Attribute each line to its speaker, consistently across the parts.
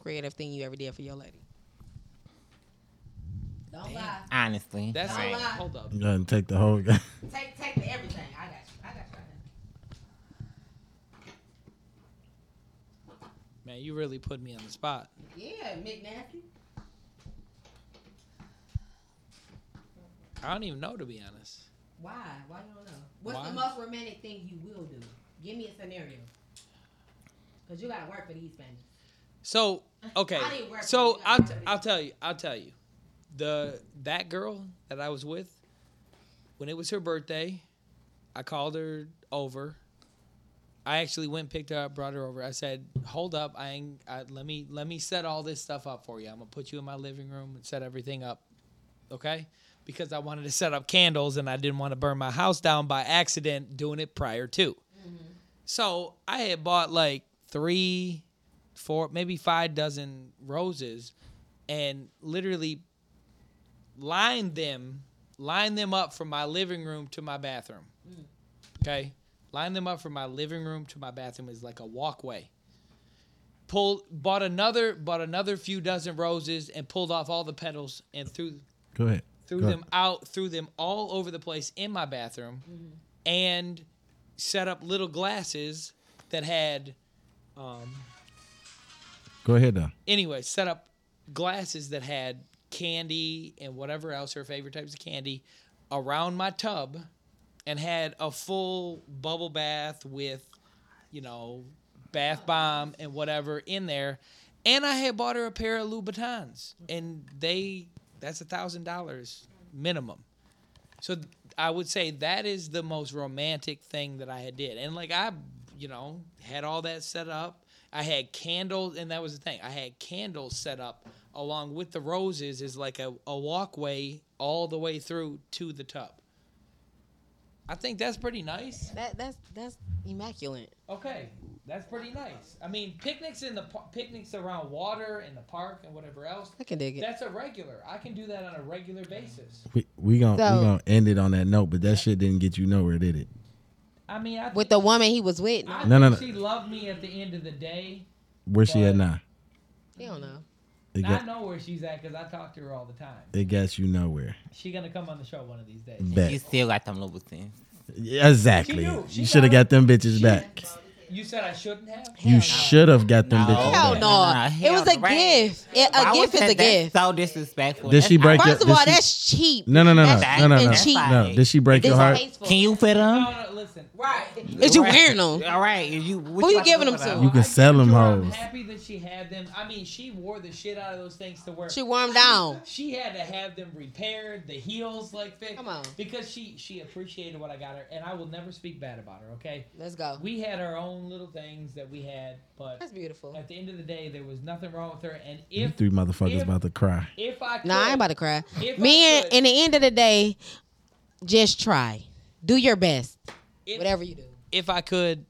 Speaker 1: creative thing you ever did for your lady?
Speaker 2: Don't lie.
Speaker 3: Honestly.
Speaker 4: That's
Speaker 2: Don't lie.
Speaker 4: hold up.
Speaker 5: I'm gonna take the whole guy.
Speaker 2: Take take the everything. I got you. I got you.
Speaker 4: Man, you really put me on the spot.
Speaker 2: I got you. Yeah, Mick Nasty.
Speaker 4: I don't even know to be honest.
Speaker 2: Why? Why you don't know? What's
Speaker 4: Why?
Speaker 2: the most romantic thing you will do? Give me a scenario. Cause you gotta work for these things.
Speaker 4: So okay,
Speaker 2: I didn't work
Speaker 4: so
Speaker 2: with you. I
Speaker 4: I'll
Speaker 2: worked with
Speaker 4: I'll tell you I'll tell you, the that girl that I was with, when it was her birthday, I called her over. I actually went and picked her up, brought her over. I said, "Hold up, I ain't I, let me let me set all this stuff up for you. I'm gonna put you in my living room and set everything up, okay?" Because I wanted to set up candles and I didn't want to burn my house down by accident doing it prior to.
Speaker 2: Mm-hmm.
Speaker 4: So I had bought like three four, maybe five dozen roses, and literally lined them, lined them up from my living room to my bathroom. Okay, lined them up from my living room to my bathroom is like a walkway. Pulled, bought another, bought another few dozen roses, and pulled off all the petals and threw
Speaker 5: Go ahead.
Speaker 4: threw
Speaker 5: Go
Speaker 4: them out, threw them all over the place in my bathroom, and set up little glasses that had um,
Speaker 5: Go ahead though.
Speaker 4: anyway, set up glasses that had candy and whatever else her favorite types of candy around my tub and had a full bubble bath with, you know, bath bomb and whatever in there. And I had bought her a pair of Louboutins and they that's a thousand dollars minimum. So th- I would say that is the most romantic thing that I had did. And like I, you know, had all that set up. I had candles, and that was the thing. I had candles set up along with the roses is like a, a walkway all the way through to the tub. I think that's pretty nice.
Speaker 1: That that's that's immaculate.
Speaker 4: Okay, that's pretty nice. I mean, picnics in the par- picnics around water in the park and whatever else.
Speaker 1: I can dig it.
Speaker 4: That's a regular. I can do that on a regular basis.
Speaker 5: We we gonna
Speaker 1: So-
Speaker 5: we gonna end it on that note, but that shit didn't get you nowhere, did it?
Speaker 4: I mean, I
Speaker 1: With the woman he was with,
Speaker 4: I
Speaker 1: no,
Speaker 5: No, no,
Speaker 4: think
Speaker 5: no.
Speaker 4: She loved me at the end of the day.
Speaker 5: Where she at
Speaker 4: But-
Speaker 5: now?
Speaker 1: he don't know.
Speaker 5: It
Speaker 4: I
Speaker 5: got
Speaker 4: know where she's at because I talk to her all the time.
Speaker 5: it got you nowhere.
Speaker 4: She gonna come on the show one of these days.
Speaker 3: You
Speaker 5: Bet.
Speaker 3: still got them Louboutins.
Speaker 5: Yeah, Exactly.
Speaker 4: She knew. She
Speaker 5: you should have
Speaker 4: got
Speaker 5: got them bitches back.
Speaker 4: You said I shouldn't have.
Speaker 5: You should have got them
Speaker 3: No.
Speaker 5: bitches
Speaker 1: Hell
Speaker 5: back.
Speaker 1: no!
Speaker 3: no, no,
Speaker 1: it was a
Speaker 3: hell right.
Speaker 1: gift. It- a
Speaker 3: Why would
Speaker 1: gift is
Speaker 3: that-
Speaker 1: a gift.
Speaker 3: That's so disrespectful.
Speaker 5: Did she
Speaker 3: That's-
Speaker 5: break your
Speaker 1: First of all,
Speaker 5: did she-
Speaker 1: that's cheap.
Speaker 5: No, no, no, no,
Speaker 1: That's
Speaker 5: no, no,
Speaker 1: cheap
Speaker 5: no,
Speaker 1: and cheap.
Speaker 5: no. Did she break
Speaker 1: It's
Speaker 5: your heart?
Speaker 1: tasteful.
Speaker 3: Can you fit them?
Speaker 4: No, no, listen.
Speaker 2: Right.
Speaker 1: Is you wearing them?
Speaker 3: All right. Is you, what
Speaker 1: Who you
Speaker 3: about
Speaker 1: giving
Speaker 3: do
Speaker 1: them
Speaker 3: about
Speaker 1: to?
Speaker 5: You can
Speaker 4: I
Speaker 5: sell
Speaker 4: give
Speaker 5: them
Speaker 4: her- I'm
Speaker 5: hoes.
Speaker 4: happy that she had them. I mean, she wore the shit out of those things to wear.
Speaker 1: She warmed down.
Speaker 4: She had to have them repaired, the heels like fixed.
Speaker 1: Come on.
Speaker 4: Because she she appreciated what I got her, and I will never speak bad about her. Okay.
Speaker 1: Let's go.
Speaker 4: We had our own little things that we had, but
Speaker 1: That's beautiful.
Speaker 4: at the end of the day, there was nothing wrong with her. And
Speaker 5: You
Speaker 4: if
Speaker 5: three motherfuckers
Speaker 4: if-
Speaker 5: about to cry.
Speaker 4: if I could,
Speaker 1: Nah, I ain't about to cry.
Speaker 4: If I
Speaker 1: Me and
Speaker 4: could-
Speaker 1: in the end of the day, just try. Do your best.
Speaker 4: if-
Speaker 1: Whatever you do.
Speaker 4: if I could,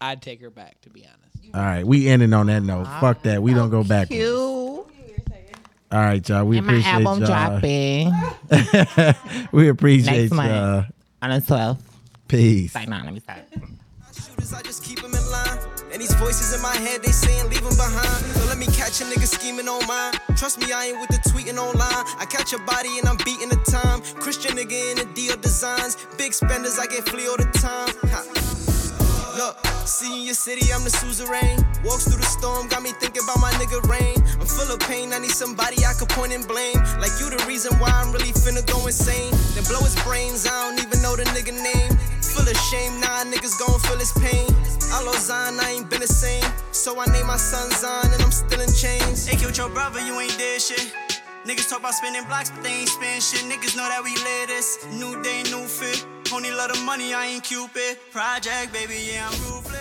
Speaker 4: I'd take her back. To be honest,
Speaker 5: All right, we ending on that note. Fuck that. We don't go back. All
Speaker 3: You
Speaker 5: right, y'all. We
Speaker 3: and my
Speaker 5: appreciate
Speaker 3: album
Speaker 5: y'all.
Speaker 3: dropping
Speaker 5: we appreciate
Speaker 3: Next month.
Speaker 5: y'all.
Speaker 3: on the 12th.
Speaker 5: Peace.
Speaker 3: Like, nah, let me stop.
Speaker 6: Shooters, I just keep 'em in line. And these voices in my head, they saying leave 'em behind. Don't let me catch a nigga scheming on mine. Trust me, I ain't with the tweeting online. I catch a body and I'm beating the time. Christian nigga in the deal designs. Big spenders, I get flea all the time. Ha. Look, see in your city, I'm the suzerain. Walks through the storm, got me thinking about my nigga Rain. I'm full of pain, I need somebody I could point and blame. Like you, the reason why I'm really finna go insane. Then blow his brains, I don't even know the nigga name. Full of shame, nah, niggas gon' feel his pain. I lost Zion, I ain't been the same. So I named my son Zion, and I'm still in chains. They killed your brother, you ain't did shit. Niggas talk about spending blocks, but they ain't spend shit. Niggas know that we live this. New day, new fit. Only love the money, I ain't Cupid. Project, baby, yeah, I'm ruthless.